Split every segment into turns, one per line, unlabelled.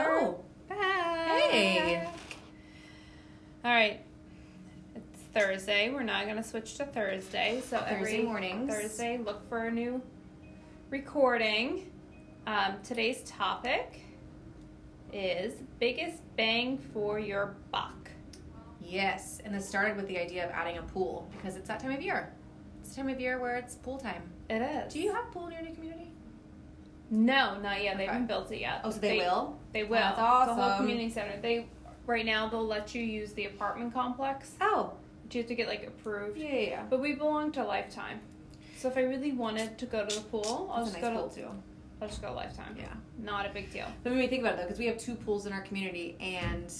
Oh.
Thursday. We're now going to switch to Thursday. So
Thursday
every
mornings.
Thursday, look for a new recording. Um, today's topic is biggest bang for your buck.
Yes, and this started with the idea of adding a pool because it's that time of year. It's the time of year where it's pool time.
It is.
Do you have pool in your new community?
No, not yet. They
Okay.
haven't built it yet.
Oh, so they, will.
They will.
That's
The whole
awesome.
community center. They right now they'll let you use the apartment complex.
Oh,
But you have to get like approved.
yeah, yeah.
But we belong to Lifetime. So if I really wanted to go to the pool, I'll
That's
just
Oh, a
go
nice
to
pool too.
I'll just go Lifetime.
Yeah.
Not a big deal.
But when we think about it though, because we have two pools in our community, and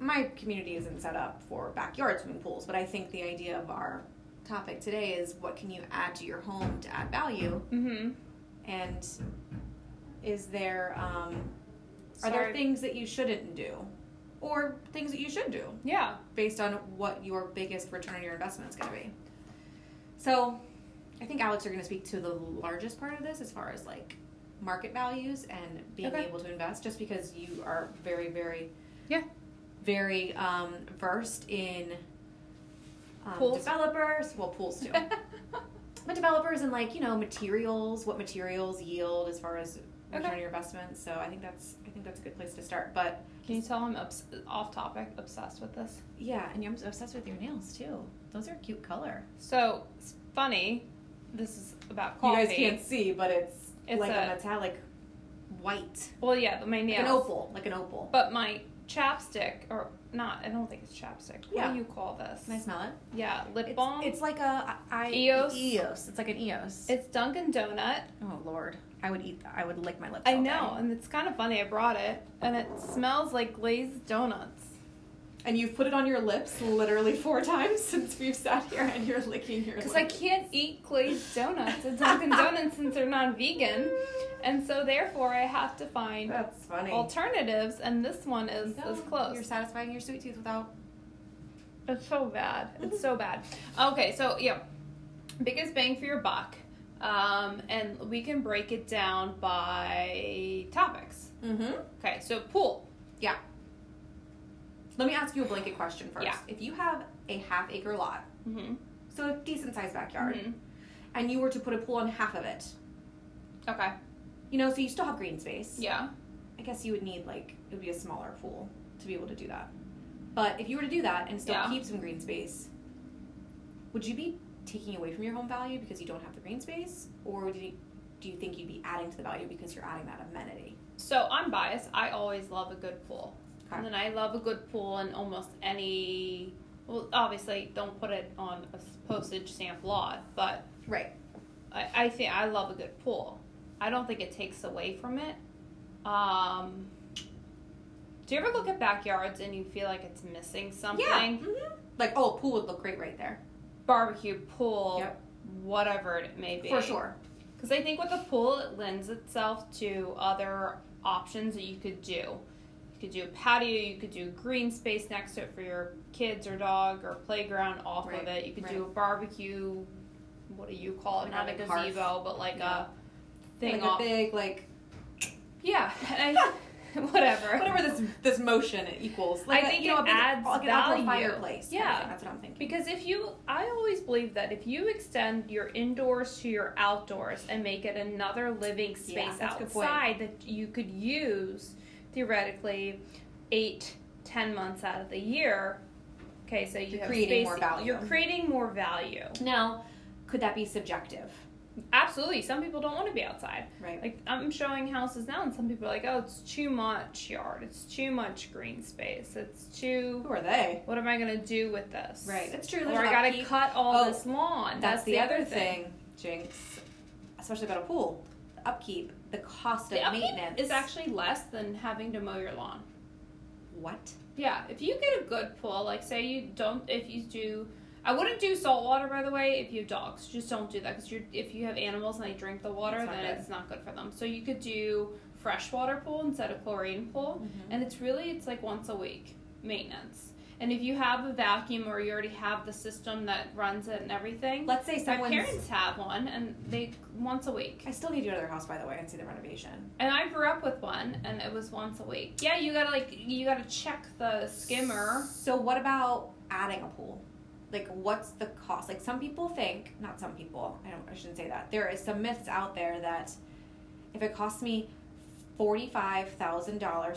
my community isn't set up for backyard swimming pools. But I think the idea of our topic today is what can you add to your home to add value,
Mm-hmm.
and is there um, are
Sorry.
there things that you shouldn't do, or things that you should do
Yeah.
based on what your biggest return on your investment is going to be. So, I think Alex, you're going to speak to the largest part of this as far as like market values and being
Okay.
able to invest, just because you are very, very,
Yeah.
very um, versed in um,
Pools.
developers. Well, pools too. But developers and like you know materials, what materials yield as far as return
Okay.
on your investment. So I think that's I think that's a good place to start. But
Can you tell I'm obs- off topic, obsessed with this?
yeah, and I'm obsessed with your nails too. Those are a cute color.
So it's funny. This is about
You
coffee.
guys can't see, but it's,
It's
like a,
a-
metallic white,
Well, yeah, but my
like
nails.
an opal, like an opal.
But my chapstick, or not, I don't think it's chapstick. What
Yeah.
do you call this?
Can I smell it?
Yeah, lip
It's,
balm.
it's like a I,
Eos?
Eos. It's like an Eos.
It's Dunkin' Donut.
oh Lord, I would eat. that. I would lick my lips.
I
all
know,
day.
and it's kind of funny. I brought it, and it smells like glazed donuts.
And you've put it on your lips literally four times since we've sat here, and you're licking your.
Because
lips.
I can't eat glazed donuts at Dunkin' Donuts since they're non-vegan, and so therefore I have to find
That's funny.
alternatives. And this one is
No,
is close.
You're satisfying your sweet tooth without.
It's so bad.
Mm-hmm.
It's so bad. Okay, so yeah, biggest bang for your buck, um, and we can break it down by topics.
Mm-hmm.
Okay, so pool.
Yeah. Let me ask you a blanket question first.
Yeah.
If you have a half acre lot,
Mm-hmm.
so a decent sized backyard, and you were to put a pool on half of it,
Okay.
you know, so you still have green space.
Yeah.
I guess you would need like it would be a smaller pool to be able to do that. But if you were to do that and still
Yeah.
keep some green space, would you be taking away from your home value because you don't have the green space, or do you, do you think you'd be adding to the value because you're adding that amenity?
So I'm biased. I always love a good pool, and
Okay.
then I love a good pool in almost any. Well, obviously, don't put it on a postage stamp lot, but
Right.
I, I think I love a good pool. I don't think it takes away from it. Um, do you ever look at backyards and you feel like it's missing something?
Yeah. Mhm. Like oh, a pool would look great right there
Barbecue, pool,
Yep.
whatever it may be.
for sure.
Because I think with a pool, it lends itself to other options that you could do. You could do a patio, you could do green space next to it for your kids or dog or playground off
Right,
of it. You could
right.
do a barbecue, what do you call it?
Like a
Not a
big hearth.
gazebo, but like
Yeah.
a thing
like
off.
a big like
yeah, and I, whatever.
whatever this this motion equals. Like
I
a-
think
you know,
it
a big,
adds
like an outdoor
value.
fireplace. kind of
Yeah.
thing. that's what I'm thinking.
Because if you, I always believe that if you extend your indoors to your outdoors and make it another living space
Yeah, that's a good point.
outside that you could use theoretically eight, ten months out of the year. Okay, so you
You're
have space,
creating more value.
You're creating more value.
Now, could that be subjective?
Absolutely. Some people don't want to be outside.
Right.
Like I'm showing houses now, and some people are like, "Oh, it's too much yard. It's too much green space. It's too.
Who are they?
What am I gonna do with this?
Right. That's true.
Or I gotta cut all
Oh,
this lawn.
That's, the, other thing. Jinx. Especially about a pool. The upkeep, the cost
The
of
upkeep
maintenance.
is actually less than having to mow your lawn.
what?
Yeah, if you get a good pool, like say you don't, if you do, I wouldn't do salt water by the way. If you have dogs, just don't do that because you're if you have animals and they drink the water,
It's not
then
good.
it's not good for them. So you could do freshwater pool instead of chlorine pool,
Mm-hmm.
and it's really it's like once a week maintenance. And if you have a vacuum or you already have the system that runs it and everything,
Let's say
my
someone's.
parents have one, and they once a week.
I still need to go to their house, by the way, and see the renovation.
And I grew up with one, and it was once a week. Yeah, you gotta like you gotta check the skimmer.
So what about adding a pool? like what's the cost like some people think not some people i don't i shouldn't say that there is some myths out there that if it costs me $45,000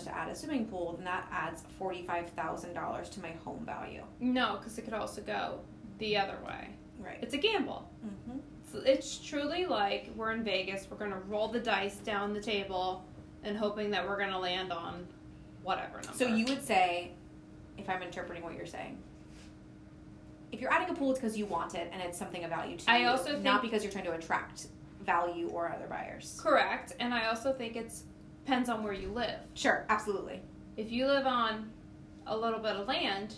to add a swimming pool then that adds $45,000 to my home value
No, because it could also go the other way.
right
It's a gamble.
mm-hmm.
It's, it's truly like we're in Vegas. We're gonna roll the dice down the table and hoping that we're gonna land on whatever number.
so you would say if i'm interpreting what you're saying if you're adding a pool it's because you want it and it's something of value to
I
you
also
not
think-
because you're trying to attract value or other buyers
correct, and I also think it's depends on where you live.
sure absolutely
If you live on a little bit of land,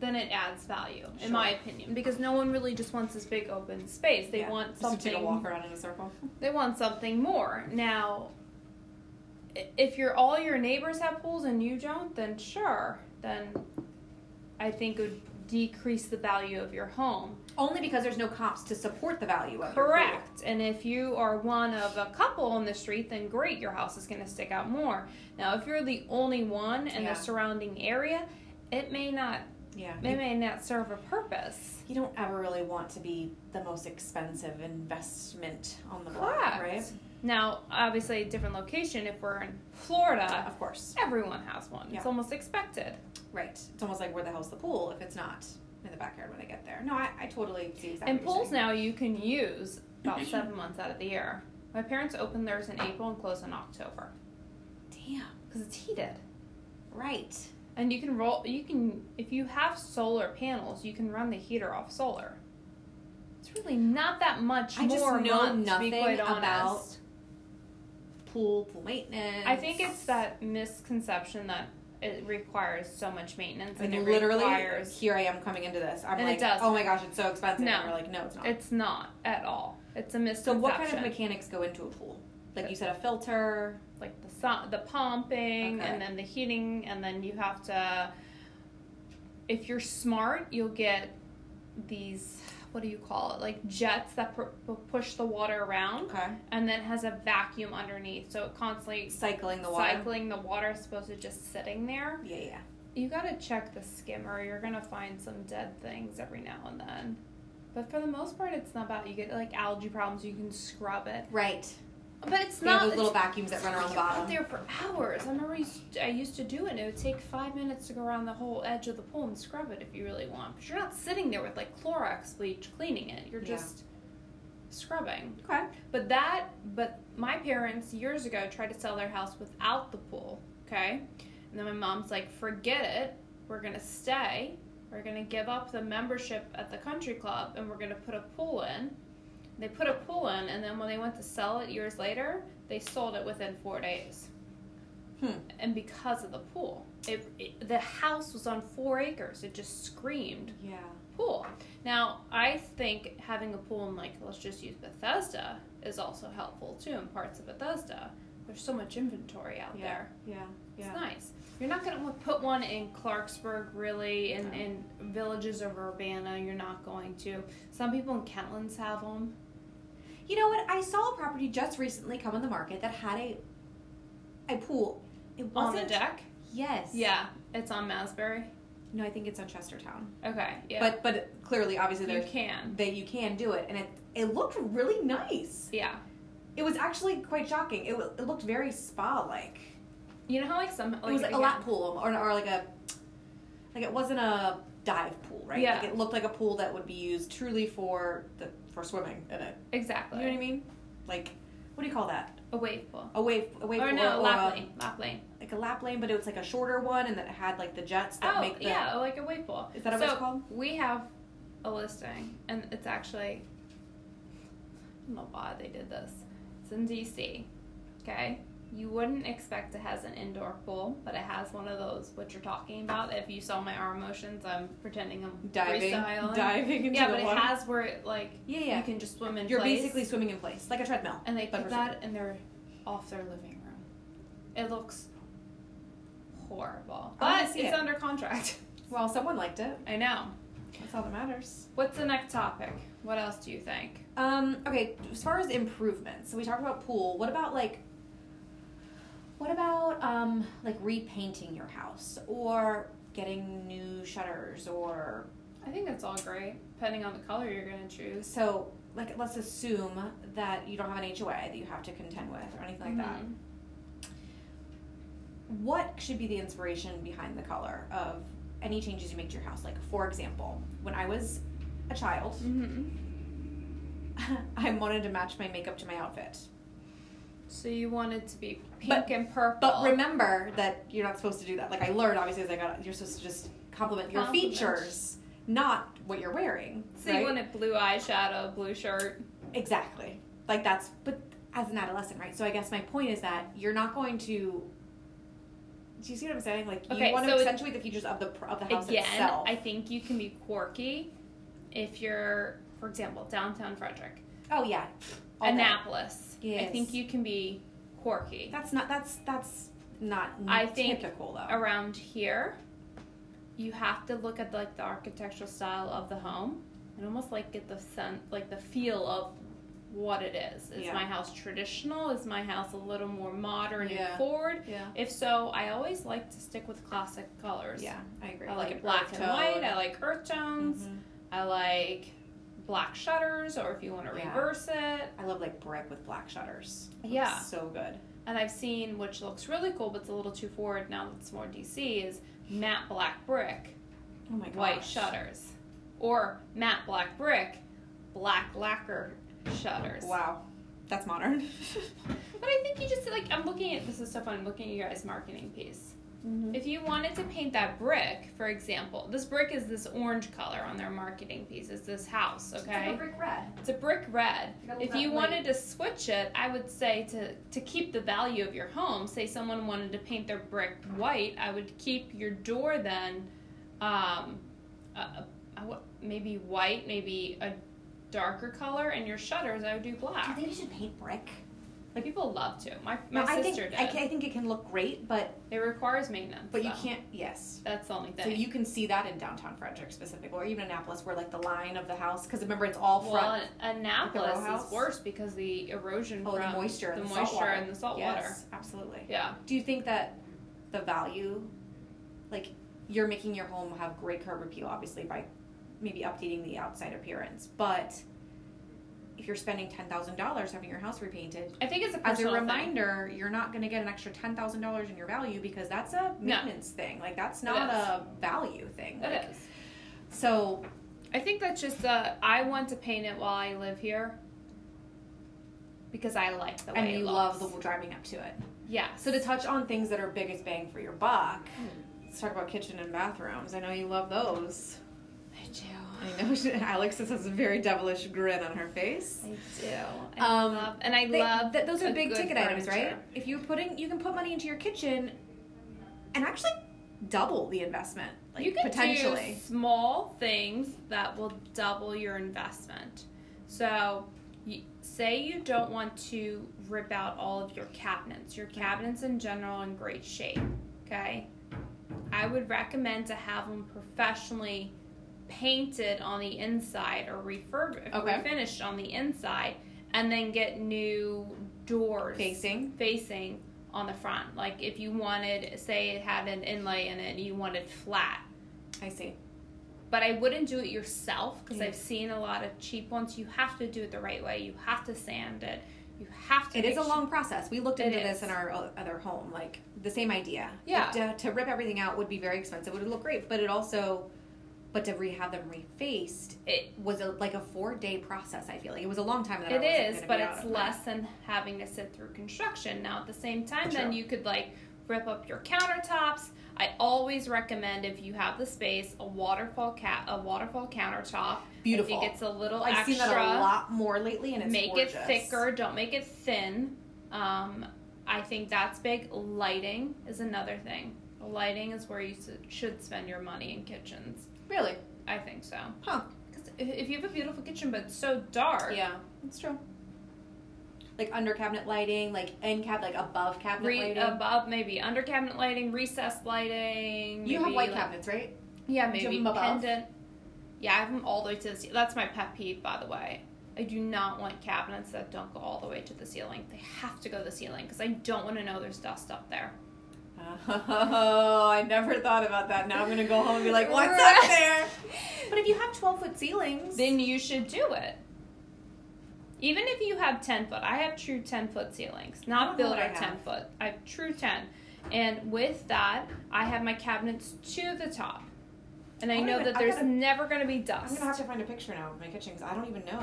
then it adds value, in my opinion, because no one really just wants this big open space. They
Yeah.
want
just to
something
take a walk around in a circle
They want something more. Now, i- if you're all your neighbors have pools and you don't, then sure, then I think it would decrease the value of your home.
Only because there's no comps to support the value of your pool.
Correct. And if you are one of a couple on the street, then great, your house is going to stick out more. Now, if you're the only one in
Yeah.
the surrounding area, it may not
Yeah.
it
You,
may not serve a purpose.
you don't ever really want to be the most expensive investment on the block,
Correct.
right?
Now, obviously, a different location. If we're in Florida,
Of course.
everyone has one. It's
Yeah.
almost expected.
Right. It's almost like where the hell's the pool if it's not in the backyard when I get there. No, I, I totally see exactly.
And
what you're
pools
saying.
now you can use about seven months out of the year. My parents opened theirs in April and closed in October because it's heated.
Damn. Right.
And you can roll. You can if you have solar panels, you can run the heater off solar. It's really not that much
I just
more.
know
month, to be
nothing
quite
about
honest.
Pool, pool maintenance.
I think it's that misconception that it requires so much maintenance
And
and it
literally,
requires.
here I am coming into this. I'm
And it
like,
does.
oh my gosh, it's so expensive.
No.
And you're like, no, it's not.
It's not at all. It's a
so,
misconception.
what kind of mechanics go into a pool? Like you said, a filter.
like the su- the pumping
Okay.
and then the heating and then you have to if you're smart you'll get these what do you call it like jets that pr- pu- push the water around
Okay.
and then has a vacuum underneath so it constantly
Cycling the water.
cycling the water as opposed to just sitting there
Yeah, yeah.
you got to check the skimmer you're gonna find some dead things every now and then but for the most part it's not bad you get like algae problems you can scrub it
Right.
but it's
They
not
have those
it's
little vacuums that run around the
you're out
bottom.
there for hours. I remember used I used to do it. and It would take five minutes to go around the whole edge of the pool and scrub it if you really want. But you're not sitting there with like Clorox bleach cleaning it. You're
Yeah.
just scrubbing.
Okay.
But that, but my parents years ago tried to sell their house without the pool. Okay, and then my mom's like, forget it. We're gonna stay. We're gonna give up the membership at the country club, and we're gonna put a pool in. They put a pool in, and then when they went to sell it years later, they sold it within four days.
Hmm.
And because of the pool, it, it the house was on four acres. It just screamed
Yeah.
pool. Now, I think having a pool in, like, let's just use Bethesda is also helpful too in parts of Bethesda. There's so much inventory out
Yeah.
there.
Yeah.
It's nice. You're not going to put one in Clarksburg, really, and
No.
in villages of Urbana. You're not going to. Some people in Kentlands have them.
You know what? I saw a property just recently come on the market that had a a pool. It
On
wasn't
the deck?
Yes.
Yeah, it's on Masbury.
No, I think it's on Chestertown.
Okay, yeah.
But but clearly, obviously,
you
there's
can.
that you can do it, and it it looked really nice.
Yeah.
It was actually quite shocking. It, wa- it looked very spa like.
You know how, like, some. Like,
it was like a
again-
lap pool or, or like a like it wasn't a dive pool, right?
Yeah.
Like it looked like a pool that would be used truly for the for swimming in it.
Exactly.
You know what I mean? Like what do you call that?
A wave pool.
A wave a wave
or
pool
no,
or
lap
a-
lane. Lap lane.
like a lap lane, but it was like a shorter one and that had like the jets that
Oh,
make the
yeah, like a wave pool.
Is that what it's
So,
called?
We have a listing, and it's actually, I don't know why they did this. It's in DC, okay? You wouldn't expect it has an indoor pool, but it has one of those, what you're talking about. If you saw my arm motions, I'm pretending I'm
diving
freestyling.
diving into
yeah,
the
but
water.
it has where it, like,
yeah, yeah.
you can just swim in
You're
place.
basically swimming in place, like a treadmill.
and they
but
put
for
that in their, off their living room. It looks horrible.
I wanna
But it's
see it.
under contract.
Well, someone liked it.
I know.
That's all that matters.
What's the next topic? What else do you think?
Um, okay, as far as improvements, so we talked about pool. What about like what about um like repainting your house or getting new shutters or
I think that's all great, depending on the color you're gonna choose.
So, like, let's assume that you don't have an HOA that you have to contend with or anything like that.
Mhm.
What should be the inspiration behind the color of any changes you make to your house? Like, for example, when I was a child, Mm-hmm.
Mhm.
I wanted to match my makeup to my outfit.
So you want it to be pink
But-
and purple.
But remember that you're not supposed to do that. Like, I learned obviously as I got, you're supposed to just compliment your
Compliment.
features, not what you're wearing.
so
right?
you want a blue eyeshadow, blue shirt.
Exactly. Like that's but as an adolescent, right? So I guess my point is that you're not going to. Do you see what I'm saying? Like
Okay,
you want
so
to
it-
accentuate the features of the pr- of the house
Again,
itself.
I think you can be quirky if you're, for example, downtown Frederick,
oh yeah. All day.
Annapolis. I
Yes.
think you can be quirky
That's not. That's that's not.
I think
typical though.
around here. You have to look at like the architectural style of the home and almost like get the sense, like the feel of what it is. Is
Yeah.
my house traditional? Is my house a little more modern
Yeah.
and forward?
yeah.
If so, I always like to stick with classic colors.
Yeah, I agree.
I like,
an
black
earth
and white.
tone.
I like earth tones.
Mhm.
I like black shutters, or if you want to
Yeah.
reverse it.
I love like brick with black shutters. Looks
Yeah.
so good.
And I've seen, which looks really cool, but it's a little too forward now that it's more DC, is matte black brick,
Oh my gosh.
white shutters. Or matte black brick, black lacquer shutters.
Wow, that's modern.
But I think you just, like, I'm looking at, this is so fun, I'm looking at your guys' marketing piece. If you wanted to paint that brick, for example, this brick is this orange color on their marketing piece, it's this house, okay?
It's like a brick red.
It's a brick red.
You gotta
If
let
you
light-
wanted to switch it, I would say to, to keep the value of your home, say someone wanted to paint their brick white, I would keep your door then um, a, a, a wh- maybe white, maybe a darker color, and your shutters I would do
Do you
black.
think you should paint brick?
Like people love to. My, my
No, I think
sister
I,
did.
ca- I think it can look great, but
It requires maintenance.
but you
though.
can't. Yes.
That's the only thing.
So you can see that in downtown Frederick specifically, or even Annapolis, where like the line of the house, because remember it's all
well,
front. Like a row
Annapolis
house?
is worse because the erosion
oh,
from
the moisture, and
the
the
moisture
salt water.
and the salt
yes,
water.
absolutely.
Yeah.
Do you think that the value, like you're making your home have great curb appeal, obviously by maybe updating the outside appearance, but if you're spending ten thousand dollars having your house repainted,
I think it's a
as a
personal thing.
reminder, you're not going to get an extra ten thousand dollars in your value because that's a maintenance thing. Like that's
It
not
is.
a value thing. Like,
It is.
so
I think that's just uh, I want to paint it while I live here because I like the way
and
it
you
looks.
love the driving up to it.
yeah.
So to touch on things that are biggest bang for your buck,
Hmm.
let's talk about kitchen and bathrooms. I know you love those.
I do.
I know she, Alex has a very devilish grin on her face.
I do. I
Um,
love, and I
They-
love
that those are
a
big
good
ticket items, right?
furniture.
If you're putting, you can put money into your kitchen, and actually double the investment. Like,
you can
potentially.
do small things that will double your investment. So, you, say you don't want to rip out all of your cabinets. Your cabinets in general are in great shape. Okay, I would recommend to have them professionally painted on the inside or refurb-
Okay.
refinished on the inside, and then get new doors
Facing.
facing on the front. Like if you wanted, say it had an inlay in it, and you wanted flat.
I see.
But I wouldn't do it yourself because
Yeah.
I've seen a lot of cheap ones. You have to do it the right way. You have to sand it. You have to.
It is
make
a
su-
long process. We looked
It
into
is.
this in our o- other home, like the same idea.
Yeah.
Like, to, to rip everything out would be very expensive. It would look great, but it also, but to re- have them refaced
It,
was a, like a four day process. I feel like it was a long time. That
it
I wasn't
is,
gonna
but
be out
it's
of it.
less than having to sit through construction. Now at the same time, then
True.
you could like rip up your countertops. I always recommend if you have the space a waterfall cat a waterfall countertop.
Beautiful.
I think it's a little
I've
extra.
seen that a lot more lately, and it's
make it
gorgeous.
thicker don't make it thin um, i think that's big lighting is another thing lighting is where you s- should spend your money in kitchens
Really?
i think so
Huh?
because if you have a beautiful kitchen but it's so dark
Yeah, that's true. Like under cabinet lighting, like end cab, like above cabinet
re- uh,
lighting.
above maybe under cabinet lighting recessed lighting
you have
maybe,
white
like-
cabinets, right?
yeah
Do you have
maybe
them above?
pendant yeah i have them all the way to the ceiling that's my pet peeve by the way I do not want cabinets that don't go all the way to the ceiling. They have to go to the ceiling because I don't want to know there's dust up there.
Oh, I never thought about that. Now I'm gonna go home and be like, what's up
Right.
there? But if you have 12 foot ceilings,
Then you should do it. Even if you have 10 foot, I have true 10 foot ceilings, not
don't know what I
builder
have.
10 foot. I have true 10. And with that, I have my cabinets to the top. And I,
I don't
know
even-
that
I
there's
gotta-
never going to be
I'm
dust.
gonna have to find a picture now of my kitchen because I don't even know.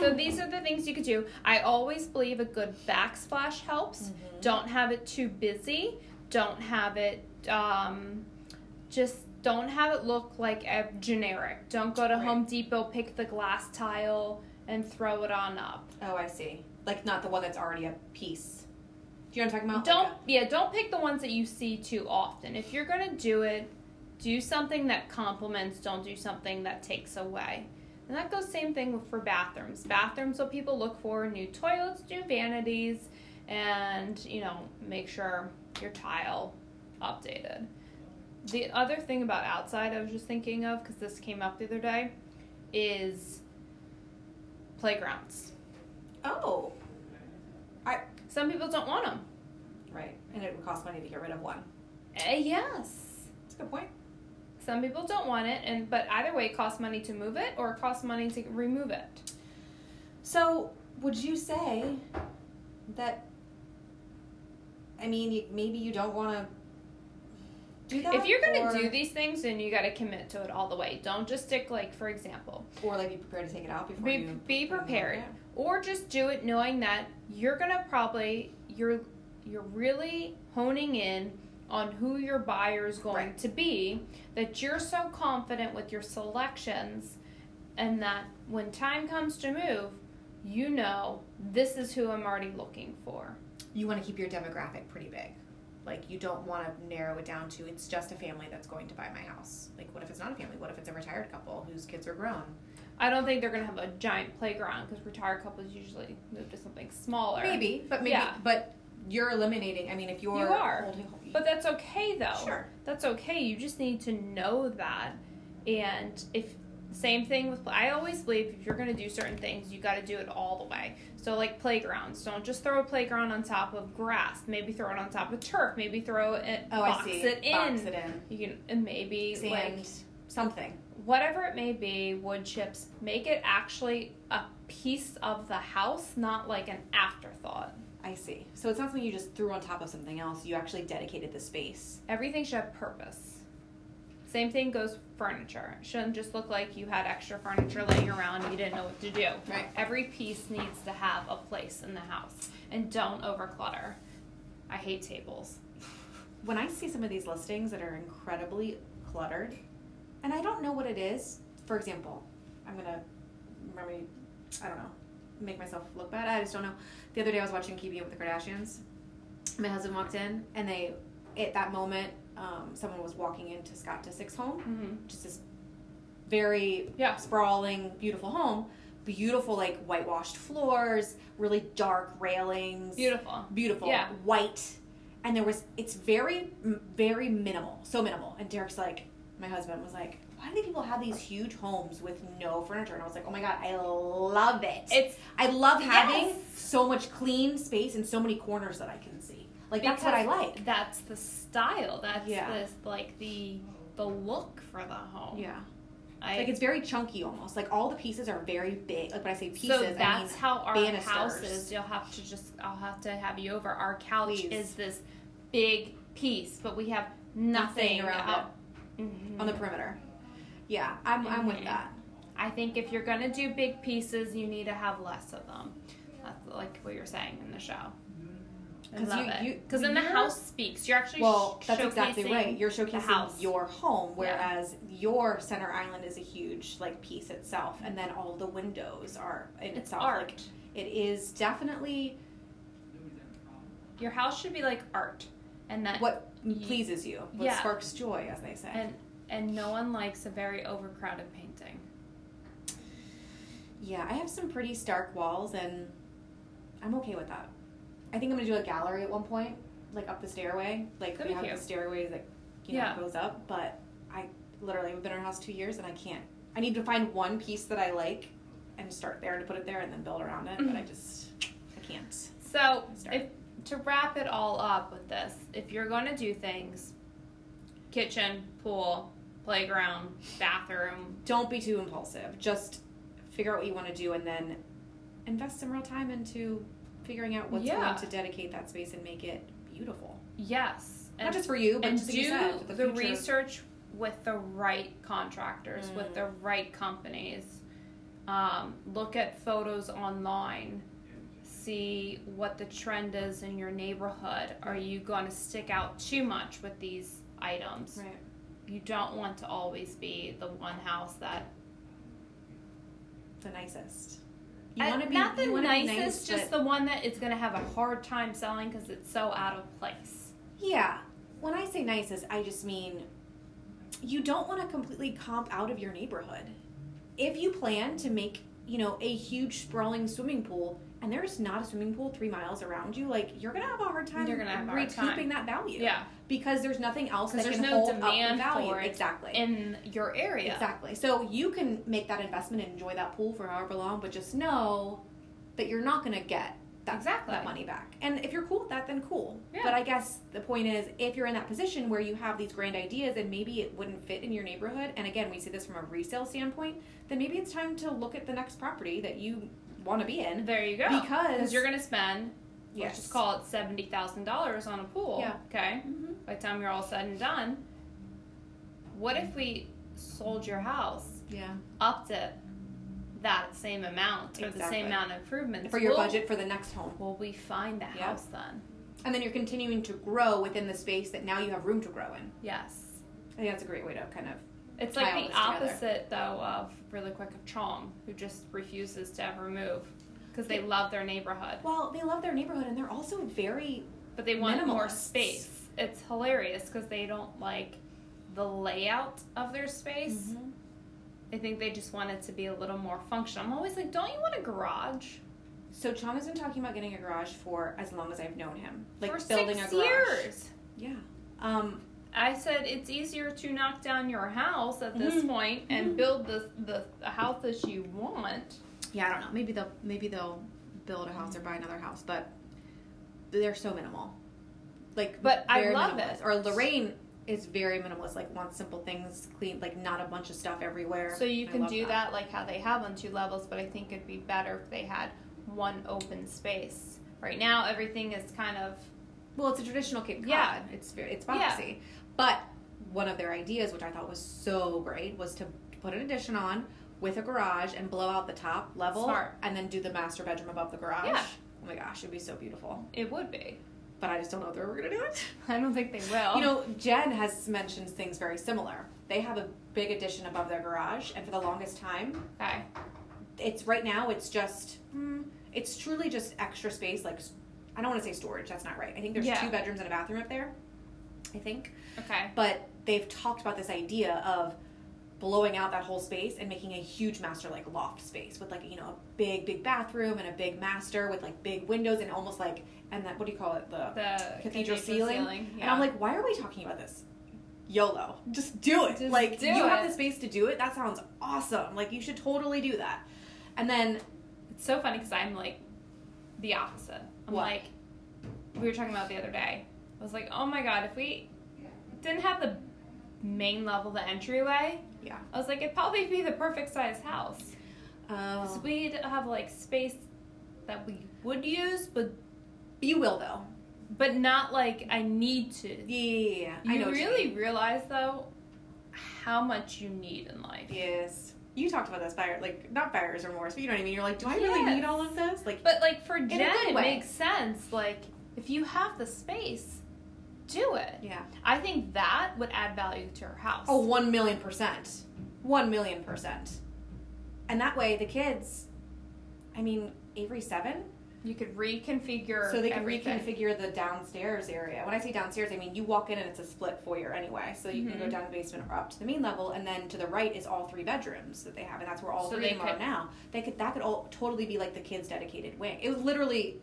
so these are the things you could do. I always believe a good backsplash helps. Don't have it too busy. Don't have it. Um, just don't have it look like a generic. Don't go to
Right.
Home Depot, pick the glass tile, and throw it on up.
Oh, I see. Like not the one that's already a piece. Do you know what I'm talking about?
Don't
Like
yeah. Don't pick the ones that you see too often. If you're gonna do it, do something that complements. Don't do something that takes away. And that goes same thing for bathrooms. Bathrooms, what people look for: new toilets, new vanities, and you know, make sure your tile updated. The other thing about outside, I was just thinking of because this came up the other day, is playgrounds.
a- oh,
Some people don't want them.
right. And it would cost money to get rid of one.
yes.
That's a good point.
Some people don't want it, and but either way, it costs money to move it or it costs money to remove it.
So, would you say that? I mean, you- maybe you don't want to do that.
If you're gonna
or,
do these things, then you gotta commit to it all the way. Don't just stick like, for example,
or like be prepared to take it out before
be,
you.
be prepared, or just do it knowing that you're gonna probably you're you're really honing in on who your buyer is going
Right.
to be. That you're so confident with your selections, and that when time comes to move, you know this is who I'm already looking for.
You want to keep your demographic pretty big. Like you don't want to narrow it down to it's just a family that's going to buy my house. Like what if it's not a family? What if it's a retired couple whose kids are grown?
I don't think they're gonna have a giant playground because retired couples usually move to something smaller.
Maybe, but maybe,
Yeah.
but you're eliminating. I mean, if you're
You are.
holding,
But that's okay though.
sure,
That's okay. You just need to know that. And if same thing with I always believe if you're gonna do certain things, you gotta do it all the way. So like playgrounds, don't just throw a playground on top of grass. Maybe throw it on top of turf. Maybe throw it
oh,
box
I see.
it in.
Box it in.
You can and maybe
Sand,
like
something.
whatever it may be, wood chips, make it actually a piece of the house, not like an afterthought.
I see. So it's not something you just threw on top of something else. You actually dedicated the space.
Everything should have purpose. Same thing goes with furniture. It shouldn't just look like you had extra furniture laying around and you didn't know what to do.
Right.
Every piece needs to have a place in the house and don't overclutter. I hate tables.
When I see some of these listings that are incredibly cluttered, and I don't know what it is. For example, I'm gonna remember. I don't know. Make myself look bad. I just don't know. The other day I was watching Keeping Up with the Kardashians. My husband walked in, and they at that moment um, someone was walking into Scott Disick's home.
Mm-hmm.
just this very
Yeah.
sprawling, beautiful home. Beautiful, like whitewashed floors, really dark railings.
Beautiful.
Beautiful,
Yeah.
white. And there was, it's very, m- very minimal, so minimal. And Derek's like, my husband was like, why do people have these huge homes with no furniture? And I was like, oh my God, I love it.
It's
I love having
Yes.
so much clean space and so many corners that I can see. Like, that's what I
Because
like.
That's the style. That's
Yeah.
this like the the look for the home.
Yeah.
I,
like it's very chunky almost. Like all the pieces are very big. Like when I say pieces,
so
I mean
that's how our
banisters.
house is. You'll have to just I'll have to have you over. Our couch
Please.
is this big piece, but we have
Nothing
nothing,
around
out. Mhm.
on the perimeter. Yeah, I'm I'm with
Mhm.
that.
I think if you're gonna do big pieces, you need to have less of them. That's like what you're saying in the show. I
'Cause
love
you- you-
it. Because then the
you're-
house speaks. You're actually
Well,
sh-
that's exactly
showcasing-
right. You're showcasing
house.
your home, whereas your center island is a huge like piece itself, and then all the windows are in
It's
itself.
art.
Like, it is definitely
Your house should be like art, and that
what
Ye-
pleases you, what
Yeah.
sparks joy, as they say.
and and no one likes a very overcrowded painting.
Yeah, I have some pretty stark walls, and I'm okay with that. I think I'm gonna do a gallery at one point, like up the stairway. Like
That'd be
we have the
cute.
stairway that you know
Yeah.
goes up, but I literally we've been in our house two years, and I can't. I need to find one piece that I like and start
Mm.
there to put it there, and then build around it. But I just I can't.
So
Start.
if to wrap it all all up with this. If you're going to do things, kitchen, pool, playground, bathroom,
Don't be too impulsive. Just figure out what you want to do and then invest some real time into figuring out what's
Yeah.
going to dedicate that space and make it beautiful.
yes.
Not just for you, but
and
just like
do
you said, for
the,
the, future.
research with the right contractors, with
Mm.
the right companies. Um, look at photos online. See what the trend is in your neighborhood. Are you going to stick out too much with these items?
Right.
You don't want to always be the one house that.
The nicest.
Uh,
wanna
not the
you wanna be
nicest,
nice,
just
but-
the one that is going to have a hard time selling because it's so out of place.
Yeah. When I say nicest, I just mean you don't want to completely comp out of your neighborhood. If you plan to make, you know, a huge sprawling swimming pool and there's not a swimming pool three miles around you, like you're gonna have a hard time
You're gonna have a hard
recouping
time.
that value.
Yeah.
Because there's nothing else
'Cause
that
there's
can
no
hold
demand
up the value.
for it.
Exactly.
In your area.
Exactly. So you can make that investment and enjoy that pool for however long, but just know that you're not going to get that,
Exactly.
that money back. And if you're cool with that, then cool.
Yeah.
But I guess the point is if you're in that position where you have these grand ideas and maybe it wouldn't fit in your neighborhood, and again, we see this from a resale standpoint, then maybe it's time to look at the next property that you want to be in.
There you go.
Because-
you're gonna spend let's
Yes.
just call it seventy thousand dollars on a pool.
Yeah.
Okay.
Mm-hmm.
By the time you're all said and done, what if we sold your house,
Yeah.
upped it that same amount or the
Exactly.
same amount of improvements
For your
Will-
budget for the next home.
Will we find the
Yeah.
house then?
And then you're continuing to grow within the space that now you have room to grow in.
Yes.
I think that's a great way to kind of
It's
Tie all
like the
this together.
opposite, though, of really quick of Chong, who just refuses to ever move because they love their neighborhood,
Well, they love their neighborhood and they're also very
but they want more
Minimalists.
space. It's hilarious because they don't like the layout of their space. I think they just want it to be a little more functional. I'm always like, don't you want a garage?
So Chom has been talking about getting a garage for as long as I've known him. Like
For
building
six
a garage.
years.
Yeah. Um
I said it's easier to knock down your house at this
Mhm.
point and
Mhm.
build the, the the house that you want.
yeah, I don't know. Maybe they'll maybe they'll build a house or buy another house, but they're so minimal. Like
But I
very
love
minimalist.
it.
Or Lorraine is very minimalist, like wants simple things, clean like not a bunch of stuff everywhere.
So you
I
can
love
do that. like how they have on two levels, but I think it'd be better if they had one open space. Right now, everything is kind of
Well, it's a traditional Cape Cod.
Yeah.
It's very, it's
Yeah.
boxy. But one of their ideas, which I thought was so great, was to put an addition on with a garage and blow out the top level
Smart.
and then do the master bedroom above the garage.
Yeah.
Oh my gosh, it'd be so beautiful.
it would be.
But I just don't know if they're ever gonna do it.
I don't think they will.
You know, Jen has mentioned things very similar. They have a big addition above their garage, and for the longest time,
okay.
it's right now it's just mm, it's truly just extra space like s- i don't want to say storage that's not right i think there's
Yeah.
two bedrooms and a bathroom up there i think
Okay.
but they've talked about this idea of blowing out that whole space and making a huge master like loft space with like you know a big big bathroom and a big master with like big windows and almost like and that what do you call it the,
The
cathedral, ceiling, and
yeah.
i'm like why are we talking about this YOLO. Just do it.
Just
like
do
you have
it.
the space to do it. That sounds awesome. Like you should totally do that. And then
It's so funny because I'm like the opposite. I'm
What?
like, we were talking about the other day. I was like, oh my god, if we didn't have the main level, the entryway,
Yeah.
I was like, it'd probably be the perfect size house. Because
Oh.
we'd have like space that we would use, but
You will though.
but not like I need to.
Yeah, yeah, yeah.
You
I know. what you
really
mean.
realize though how much you need in life.
Yes. You talked about this fire, like not buyer's remorse, but you know what I mean. You're like, do I really
Yes.
need all of this? Like,
But like for
a
Jen,
good
it
way.
makes sense. Like if you have the space, do it.
yeah.
I think that would add value to her house.
Oh, one million percent. One million percent. And that way, the kids. I mean, Avery seven,
you could reconfigure.
so they can
everything.
reconfigure the downstairs area. When I say downstairs, I mean you walk in and it's a split foyer anyway, so you can go
Mhm.
down the basement or up to the main level, and then to the right is all three bedrooms that they have, and that's where all
So
three
they
of them are
could-
now. They could that could all totally be like the kids' dedicated wing. It was literally,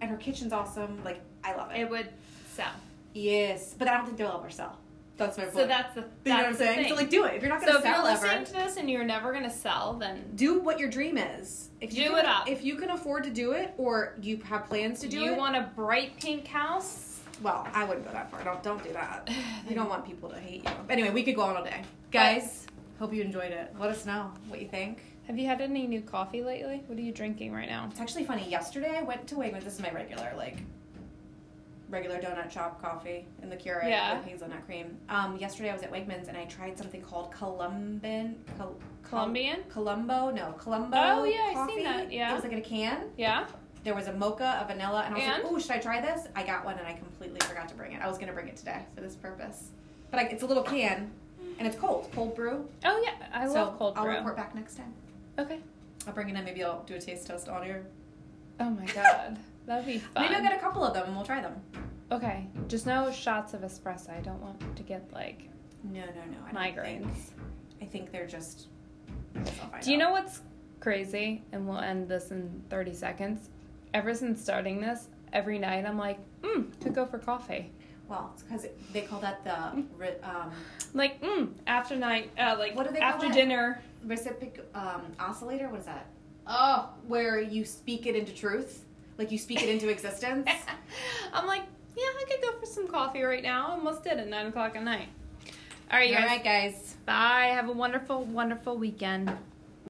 and her kitchen's awesome. Like I love it.
It would sell.
yes, but I don't think they'll ever sell. That's my point.
So that's the
you know what I'm
that's the
saying? So
thing.
like, do it. If you're not
So
gonna
if you're
sell
listening
ever,
to this and you're never gonna sell, then
do what your dream is. If you
Do
can,
it up.
If you can afford to do it, or you have plans to do
you
it.
want a bright pink house.
well, I wouldn't go that far. Don't don't do that. You don't want people to hate you. Anyway, we could go on all day, guys. Hope you enjoyed it. Let us know what you think.
Have you had any new coffee lately? What are you drinking right now?
It's actually funny. Yesterday I went to Wegmans. This is my regular like regular donut shop coffee in the Keurig
Yeah.
with hazelnut cream. Um, yesterday I was at Wegmans and I tried something called Columban Col-
Colombian?
Columbo, no, Columbo.
Oh, yeah, I've
coffee.
seen that, yeah.
It was like in a can.
Yeah.
There was a mocha, a vanilla, and I was
And?
like, "Oh, should I try this?" I got one, and I completely forgot to bring it. I was gonna bring it today for this purpose, but I, it's a little can, and it's cold, cold brew.
Oh yeah, I
so
love cold
I'll
brew.
report back next time.
Okay.
I'll bring it in. Maybe I'll do a taste test on here.
Oh my god, that'd be fun.
Maybe I'll get a couple of them and we'll try them.
okay, just no shots of espresso. I don't want to get like
No, no, no. I don't
migraines.
Think. I think they're just. I guess I'll find
Do you know
out.
what's crazy? And we'll end this in 30 seconds. Ever since starting this, every night I'm like, mm, could go for coffee.
Well, it's because they call that the
Hmm?
re- um,
Like, mm, after night, uh, like
What do they call
after
that?
dinner.
reciproc um, oscillator. What is that? Oh, where you speak it into truth, like you speak it into existence.
I'm like, yeah, I could go for some coffee right now. I almost did at 9 o'clock at night. All right, you
All
guys.
right, guys.
Bye. Have a wonderful, wonderful weekend.